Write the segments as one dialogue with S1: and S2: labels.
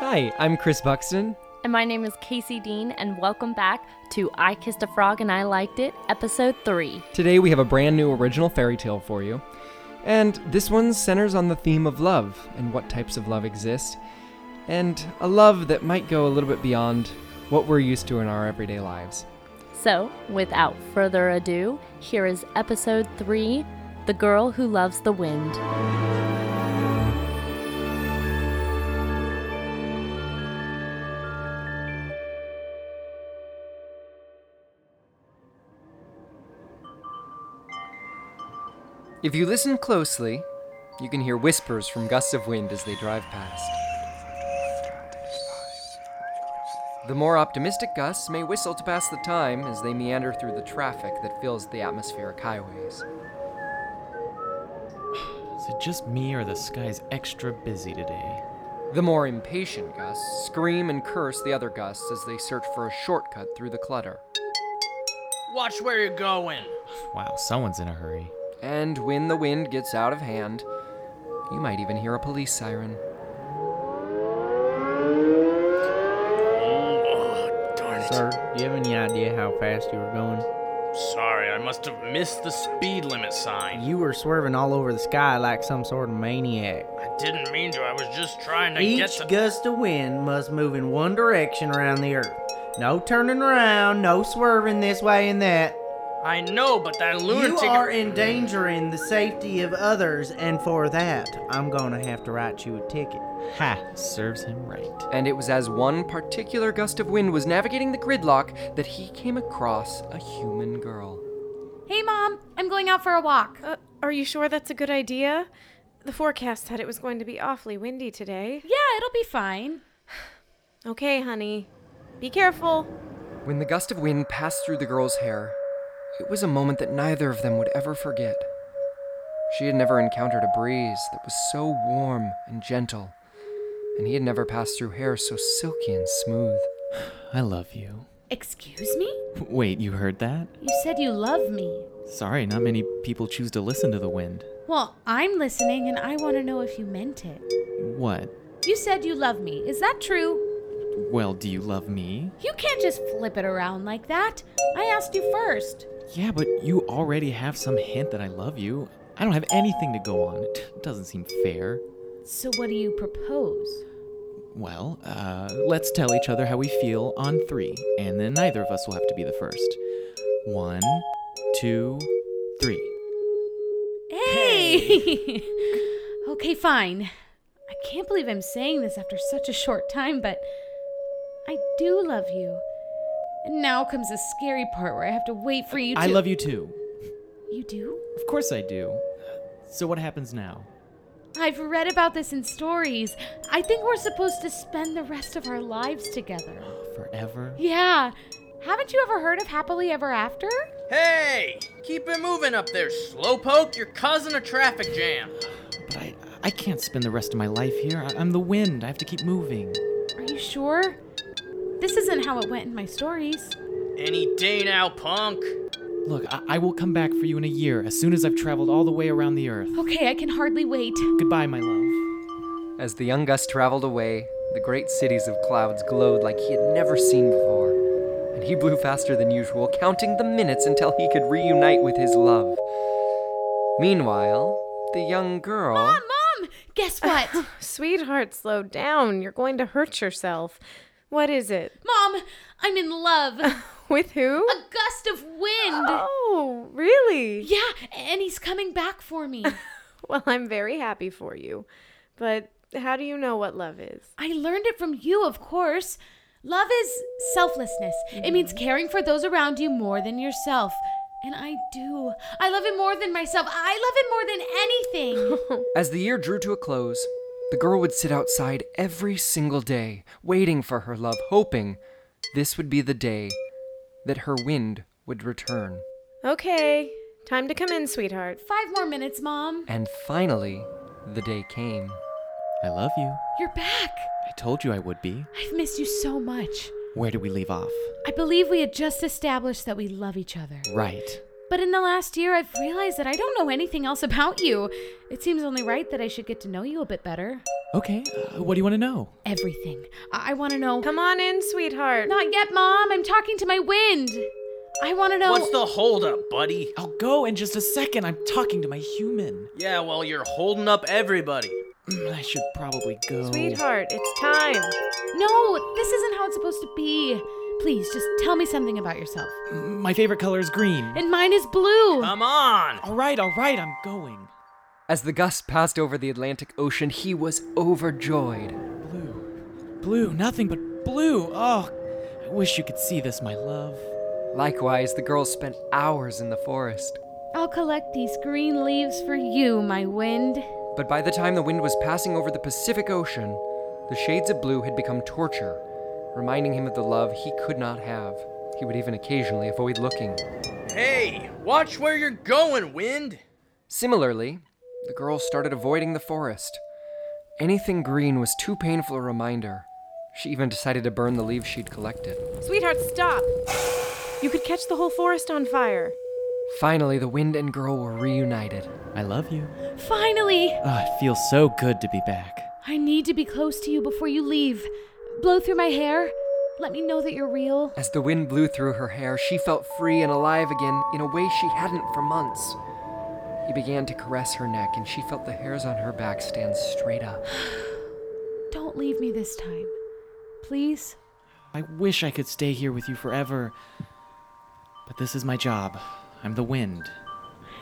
S1: Hi, I'm Chris Buxton.
S2: And my name is Casey Dean, and welcome back to I Kissed a Frog and I Liked It, Episode 3.
S1: Today we have a brand new original fairy tale for you. And this one centers on the theme of love and what types of love exist, and a love that might go a little bit beyond what we're used to in our everyday lives.
S2: So, without further ado, here is Episode 3 The Girl Who Loves the Wind.
S1: If you listen closely, you can hear whispers from gusts of wind as they drive past. The more optimistic gusts may whistle to pass the time as they meander through the traffic that fills the atmospheric highways.
S3: Is it just me or the sky's extra busy today?
S1: The more impatient gusts scream and curse the other gusts as they search for a shortcut through the clutter.
S4: Watch where you're going.
S3: Wow, someone's in a hurry.
S1: And when the wind gets out of hand, you might even hear a police siren.
S4: Oh, darn it.
S5: Sir, do you have any idea how fast you were going?
S4: Sorry, I must have missed the speed limit sign.
S5: You were swerving all over the sky like some sort of maniac.
S4: I didn't mean to. I was just trying to get
S5: Each
S4: to.
S5: gust of wind must move in one direction around the earth. No turning around, no swerving this way and that.
S4: I know, but that
S5: You
S4: lunatic.
S5: are endangering the safety of others, and for that, I'm gonna have to write you a ticket.
S3: Ha! Serves him right.
S1: And it was as one particular gust of wind was navigating the gridlock that he came across a human girl.
S6: Hey, Mom, I'm going out for a walk.
S7: Uh, are you sure that's a good idea? The forecast said it was going to be awfully windy today.
S6: Yeah, it'll be fine.
S7: Okay, honey. Be careful.
S1: When the gust of wind passed through the girl's hair, it was a moment that neither of them would ever forget. She had never encountered a breeze that was so warm and gentle, and he had never passed through hair so silky and smooth.
S3: I love you.
S6: Excuse me?
S3: Wait, you heard that?
S6: You said you love me.
S3: Sorry, not many people choose to listen to the wind.
S6: Well, I'm listening and I want to know if you meant it.
S3: What?
S6: You said you love me. Is that true?
S3: Well, do you love me?
S6: You can't just flip it around like that. I asked you first.
S3: Yeah, but you already have some hint that I love you. I don't have anything to go on. It doesn't seem fair.
S6: So, what do you propose?
S3: Well, uh, let's tell each other how we feel on three, and then neither of us will have to be the first. One, two, three.
S6: Hey! okay, fine. I can't believe I'm saying this after such a short time, but I do love you. And now comes the scary part where I have to wait for you to.
S3: I love you too.
S6: You do?
S3: Of course I do. So what happens now?
S6: I've read about this in stories. I think we're supposed to spend the rest of our lives together.
S3: Forever?
S6: Yeah. Haven't you ever heard of Happily Ever After?
S4: Hey, keep it moving up there, slowpoke. You're causing a traffic jam.
S3: But I, I can't spend the rest of my life here. I, I'm the wind. I have to keep moving.
S6: Are you sure? This isn't how it went in my stories.
S4: Any day now, punk.
S3: Look, I, I will come back for you in a year as soon as I've traveled all the way around the earth.
S6: Okay, I can hardly wait.
S3: Goodbye, my love.
S1: As the young gust traveled away, the great cities of clouds glowed like he had never seen before, and he blew faster than usual, counting the minutes until he could reunite with his love. Meanwhile, the young girl.
S6: Mom, Mom! Guess what?
S7: Sweetheart, slow down. You're going to hurt yourself. What is it?
S6: Mom, I'm in love. A
S7: With who?
S6: gust of wind.
S7: Oh, really?
S6: Yeah, and he's coming back for me.
S7: Well, I'm very happy for you. But how do you know what love is?
S6: I learned it from you, of course. Love is selflessness. It means caring for those around you more than yourself. And I do. I love him more than myself. I love him more than anything.
S1: As the year drew to a close, the girl would sit outside every single day, waiting for her love, hoping this would be the day that her wind would return.
S7: Okay, time to come in, sweetheart.
S6: Five more minutes, Mom.
S1: And finally, the day came.
S3: I love you.
S6: You're back.
S3: I told you I would be.
S6: I've missed you so much.
S3: Where do we leave off?
S6: I believe we had just established that we love each other.
S3: Right.
S6: But in the last year, I've realized that I don't know anything else about you. It seems only right that I should get to know you a bit better.
S3: Okay, uh, what do you want to know?
S6: Everything. I, I want to know.
S7: Come on in, sweetheart.
S6: Not yet, Mom. I'm talking to my wind. I want to know.
S4: What's the holdup, buddy?
S3: I'll go in just a second. I'm talking to my human.
S4: Yeah, well, you're holding up everybody.
S3: Mm, I should probably go.
S7: Sweetheart, it's time.
S6: No, this isn't how it's supposed to be. Please, just tell me something about yourself.
S3: Mm, My favorite color is green.
S6: And mine is blue.
S4: Come on!
S3: all right, all right, I'm going.
S1: As the gust passed over the Atlantic Ocean, he was overjoyed.
S3: Blue. Blue, nothing but blue. Oh, I wish you could see this, my love.
S1: Likewise, the girls spent hours in the forest.
S6: I'll collect these green leaves for you, my wind.
S1: But by the time the wind was passing over the Pacific Ocean, the shades of blue had become torture, reminding him of the love he could not have. He would even occasionally avoid looking.
S4: Hey, watch where you're going, Wind!
S1: Similarly, the girl started avoiding the forest. Anything green was too painful a reminder. She even decided to burn the leaves she'd collected.
S7: Sweetheart, stop. You could catch the whole forest on fire.
S1: Finally, the wind and girl were reunited.
S3: I love you.
S6: Finally!
S3: Ah, it feels so good to be back.
S6: I need to be close to you before you leave. Blow through my hair. Let me know that you're real.
S1: As the wind blew through her hair, she felt free and alive again in a way she hadn't for months. He began to caress her neck, and she felt the hairs on her back stand straight up.
S6: Don't leave me this time. Please?
S3: I wish I could stay here with you forever. But this is my job. I'm the wind.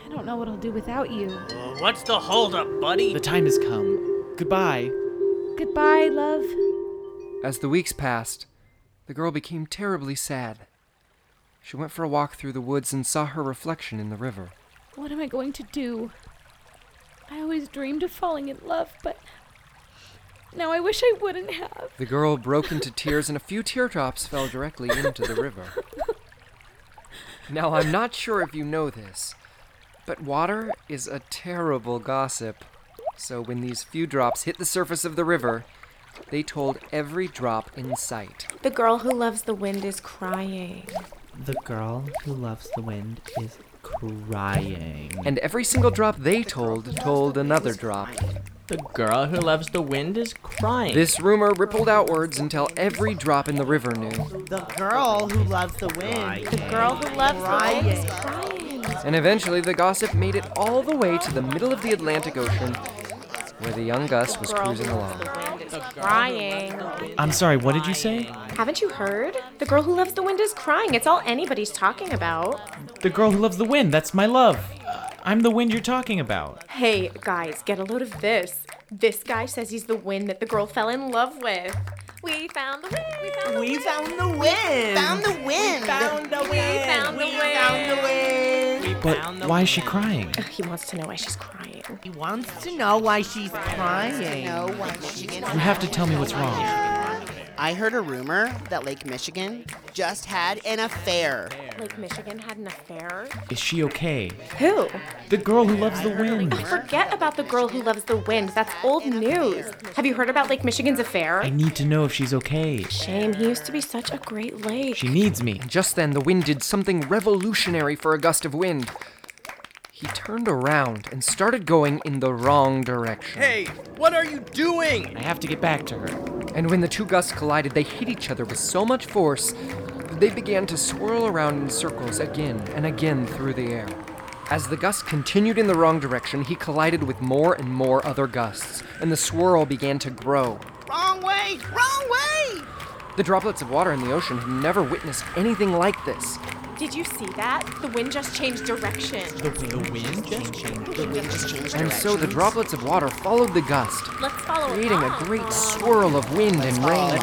S6: I don't know what I'll do without you.
S4: Uh, What's the holdup, buddy?
S3: The time has come. Goodbye.
S6: Goodbye, love.
S1: As the weeks passed, the girl became terribly sad. She went for a walk through the woods and saw her reflection in the river.
S6: What am I going to do? I always dreamed of falling in love, but now I wish I wouldn't have.
S1: The girl broke into tears, and a few teardrops fell directly into the river. Now, I'm not sure if you know this, but water is a terrible gossip. So, when these few drops hit the surface of the river, they told every drop in sight.
S7: The girl who loves the wind is crying.
S5: The girl who loves the wind is crying.
S1: And every single drop they told told another drop.
S8: The girl who loves the wind is crying.
S1: This rumor rippled outwards until every drop in the river knew.
S5: The girl who loves the wind. The
S7: Girl who loves the wind is crying.
S1: And eventually, the gossip made it all the way to the middle of the Atlantic Ocean, where the young Gus was
S7: Girl
S1: cruising
S7: who loves
S1: along.
S7: the wind is crying.
S3: I'm sorry, what did you say?
S7: Haven't you heard? The girl who loves the wind is crying. It's all anybody's talking about.
S3: The girl who loves the wind, that's my love. I'm the wind you're talking about.
S7: Hey, guys, get a load of this. This guy says he's the wind that the girl fell in love with. We found the wind. We found the wind.
S5: found the wind. Found the wind. Found the
S7: We found the wind.
S5: wind.
S3: But why is she crying?
S7: He wants to know why she's crying.
S5: He wants to know why she's crying.
S3: You have to tell me what's wrong.
S9: I heard a rumor that Lake Michigan just had an affair.
S7: Lake Michigan had an affair.
S3: Is she okay?
S7: Who?
S3: The girl who loves the wind.
S7: Forget about the girl who loves the wind. That's old news. Have you heard about Lake Michigan's
S3: I
S7: affair?
S3: need to know if she's okay.
S7: Shame. He used to be such a great lake.
S3: She needs me.
S1: Just then, the wind did something revolutionary for a gust of wind. He turned around and started going in the wrong direction.
S4: Hey, what are you doing?
S3: I have to get back to her.
S1: And when the two gusts collided, they hit each other with so much force that they began to swirl around in circles again and again through the air. As the gust continued in the wrong direction, he collided with more and more other gusts, and the swirl began to grow.
S9: Wrong way! Wrong way!
S1: The droplets of water in the ocean had never witnessed anything like this.
S7: Did you see that? The wind just changed direction.
S1: And so the droplets of water followed the gust,
S7: Let's follow
S1: creating a great swirl of wind and rain.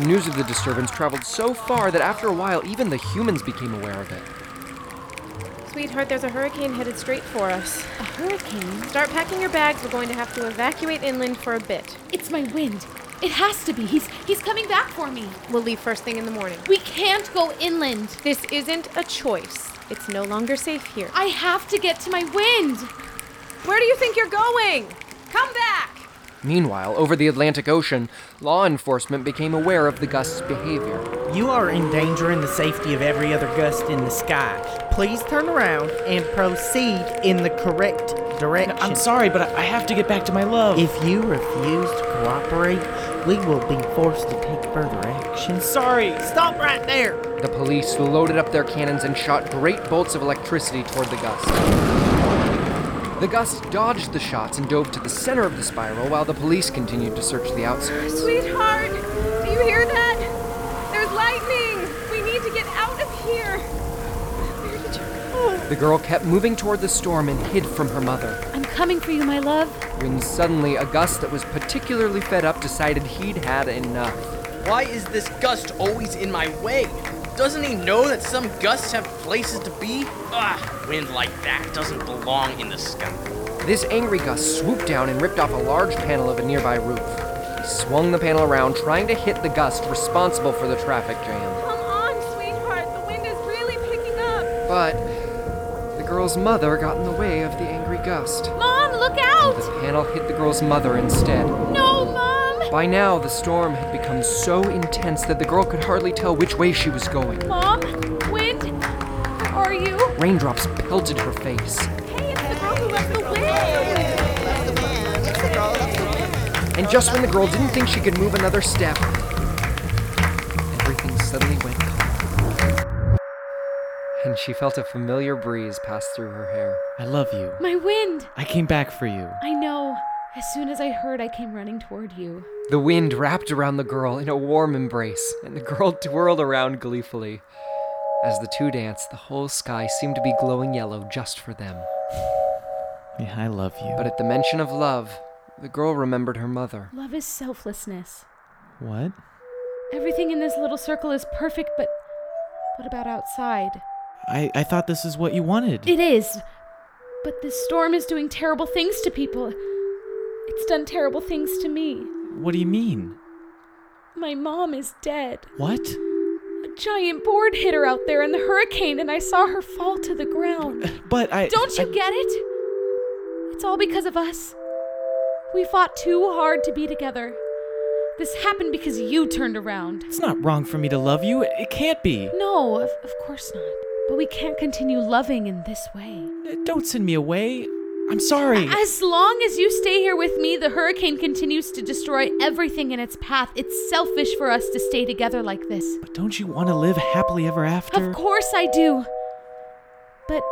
S1: The news of the disturbance traveled so far that after a while, even the humans became aware of it.
S7: Sweetheart, there's a hurricane headed straight for us.
S6: A hurricane?
S7: Start packing your bags. We're going to have to evacuate inland for a bit.
S6: It's my wind. It has to be. He's he's coming back for me.
S7: We'll leave first thing in the morning.
S6: We can't go inland.
S7: This isn't a choice. It's no longer safe here.
S6: I have to get to my wind.
S7: Where do you think you're going? Come back!
S1: Meanwhile, over the Atlantic Ocean, law enforcement became aware of the gust's behavior.
S5: You are endangering the safety of every other gust in the sky. Please turn around and proceed in the correct that direction.
S3: I'm sorry, but I I have to get back to my love.
S5: If you refuse to cooperate, we will be forced to take further action.
S3: sorry.
S5: Stop right there!
S1: The police loaded up their cannons and shot great bolts of electricity toward the gust. The gust dodged the shots and dove to the center of the spiral while the police continued to search the outskirts.
S7: Sweetheart, do you hear that? There's lightning. We need to get out of here. Where did you go?
S1: The girl kept moving toward the storm and hid from her mother,
S6: I'm coming for you, my love.
S1: when suddenly a gust that was particularly fed up decided he'd had enough.
S4: Why is this gust always in my way? Doesn't he know that some gusts have places to be? Ah, wind like that doesn't belong in the sky.
S1: This angry gust swooped down and ripped off a large panel of a nearby roof. He swung the panel around, trying to hit the gust responsible for the traffic jam.
S7: Come on, sweetheart. The wind is really picking up.
S1: But the girl's mother got in the way of the angry gust.
S6: Mom, look out!
S1: The panel hit the girl's mother instead.
S6: No, Mom!
S1: By now, the storm had become so intense that the girl could hardly tell which way she was going.
S6: Mom, wind, where are you?
S1: Raindrops pelted her face,
S7: Hey, it's the girl who left the wind.
S1: and just when the girl didn't think she could move another step, everything suddenly went calm. And she felt a familiar breeze pass through her hair.
S3: I love you.
S6: My wind!
S3: I came back for you.
S6: I know. As soon as I heard, I came running toward you.
S1: The wind wrapped around the girl in a warm embrace, and the girl twirled around gleefully. As the two danced, the whole sky seemed to be glowing yellow just for them.
S3: Yeah, I love you.
S1: But at the mention of love, the girl remembered her mother.
S6: Love is selflessness.
S3: what?
S6: Everything in this little circle is perfect, but what about outside?
S3: I, I thought this is what you wanted.
S6: It is. But this storm is doing terrible things to people. It's done terrible things to me.
S3: what do you mean?
S6: My mom is dead.
S3: What?
S6: A giant board hit her out there in the hurricane, and I saw her fall to the ground.
S3: But I.
S6: Don't you
S3: I-
S6: get it? It's all because of us. We fought too hard to be together. This happened because you turned around.
S3: It's not wrong for me to love you. It, it can't be.
S6: No, of, of course not. But we can't continue loving in this way.
S3: Don't send me away. I'm sorry.
S6: As long as you stay here with me, the hurricane continues to destroy everything in its path. It's selfish for us to stay together like this.
S3: but don't you want to live happily ever after?
S6: Of course I do. But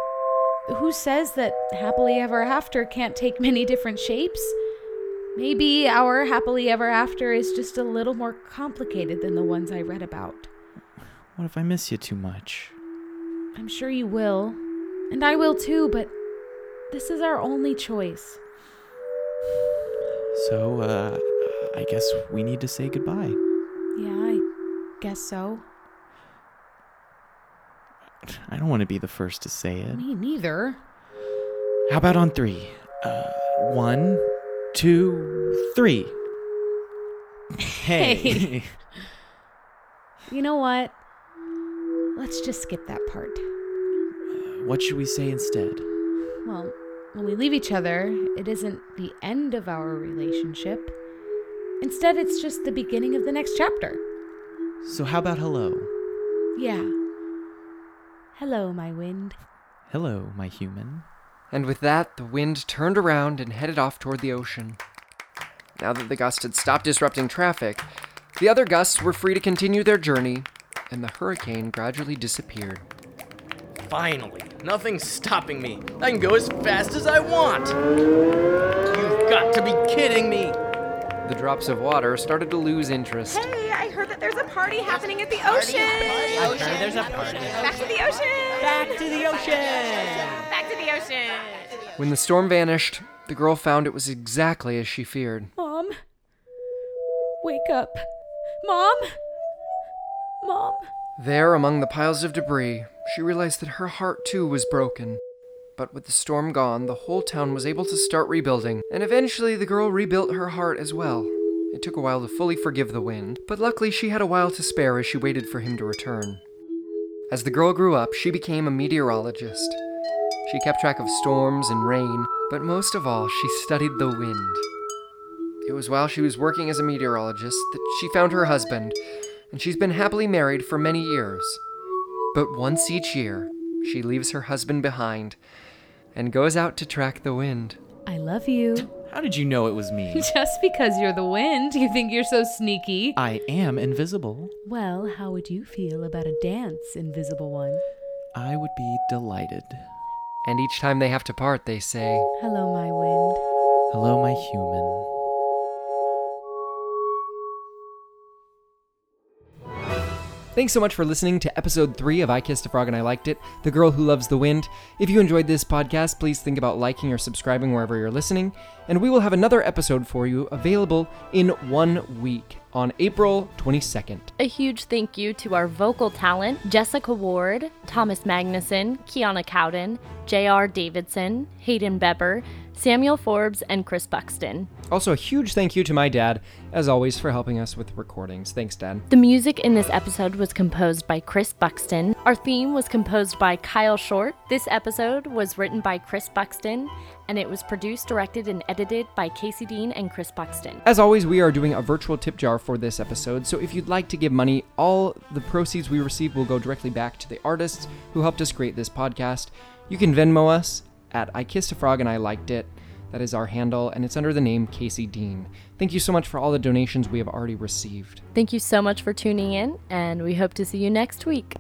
S6: who says that happily ever after can't take many different shapes? Maybe our happily ever after is just a little more complicated than the ones I read about.
S3: What if I miss you too much?
S6: I'm sure you will. And I will too, but this is our only choice.
S3: So, uh, I guess we need to say goodbye.
S6: Yeah, I guess so.
S3: I don't want to be the first to say it.
S6: Me neither.
S3: How about on three? Uh, one, two, three. Hey.
S6: You know what? Let's just skip that part.
S3: what should we say instead?
S6: Well, when we leave each other, it isn't the end of our relationship. Instead, it's just the beginning of the next chapter.
S3: So, how about hello?
S6: Yeah. Hello, my wind.
S3: Hello, my human.
S1: And with that, the wind turned around and headed off toward the ocean. Now that the gust had stopped disrupting traffic, the other gusts were free to continue their journey, and the hurricane gradually disappeared.
S4: Finally, nothing's stopping me. I can go as fast as I want. You've got to be kidding me.
S1: The drops of water started to lose interest.
S7: Hey, I heard that there's a party happening at the ocean.
S8: There's a party.
S7: Back to the ocean. Back to the ocean. Back to the ocean.
S1: When the storm vanished, the girl found it was exactly as she feared.
S6: Mom. Wake up. Mom. Mom.
S1: There, among the piles of debris, she realized that her heart too was broken. But with the storm gone, the whole town was able to start rebuilding, and eventually the girl rebuilt her heart as well. It took a while to fully forgive the wind, but luckily she had a while to spare as she waited for him to return. As the girl grew up, she became a meteorologist. She kept track of storms and rain, but most of all, she studied the wind. It was while she was working as a meteorologist that she found her husband, and she's been happily married for many years. But once each year, she leaves her husband behind and goes out to track the wind.
S6: I love you.
S3: How did you know it was me?
S6: Just because you're the wind, you think you're so sneaky.
S3: I am invisible.
S6: Well, how would you feel about a dance, invisible one?
S3: I would be delighted.
S1: And each time they have to part, they say,
S6: Hello, my wind.
S3: Hello, my human.
S1: Thanks so much for listening to episode three of I Kissed a Frog and I Liked It, The Girl Who Loves the Wind. If you enjoyed this podcast, please think about liking or subscribing wherever you're listening. And we will have another episode for you available in one week on April 22nd.
S2: A huge thank you to our vocal talent, Jessica Ward, Thomas Magnuson, Kiana Cowden, J.R. Davidson, Hayden Beber, Samuel Forbes, and Chris Buxton.
S1: Also, a huge thank you to my dad, as always, for helping us with recordings. Thanks, Dad.
S2: The music in this episode was composed by Chris Buxton. Our theme was composed by Kyle Short. This episode was written by Chris Buxton, and it was produced, directed, and edited by Casey Dean and Chris Buxton.
S1: As always, we are doing a virtual tip jar for this episode, so if you'd like to give money, all the proceeds we receive will go directly back to the artists who helped us create this podcast. You can Venmo us at I Kissed a Frog and I Liked It. That is our handle, and it's under the name Casey Dean. Thank you so much for all the donations we have already received.
S2: Thank you so much for tuning in, and we hope to see you next week.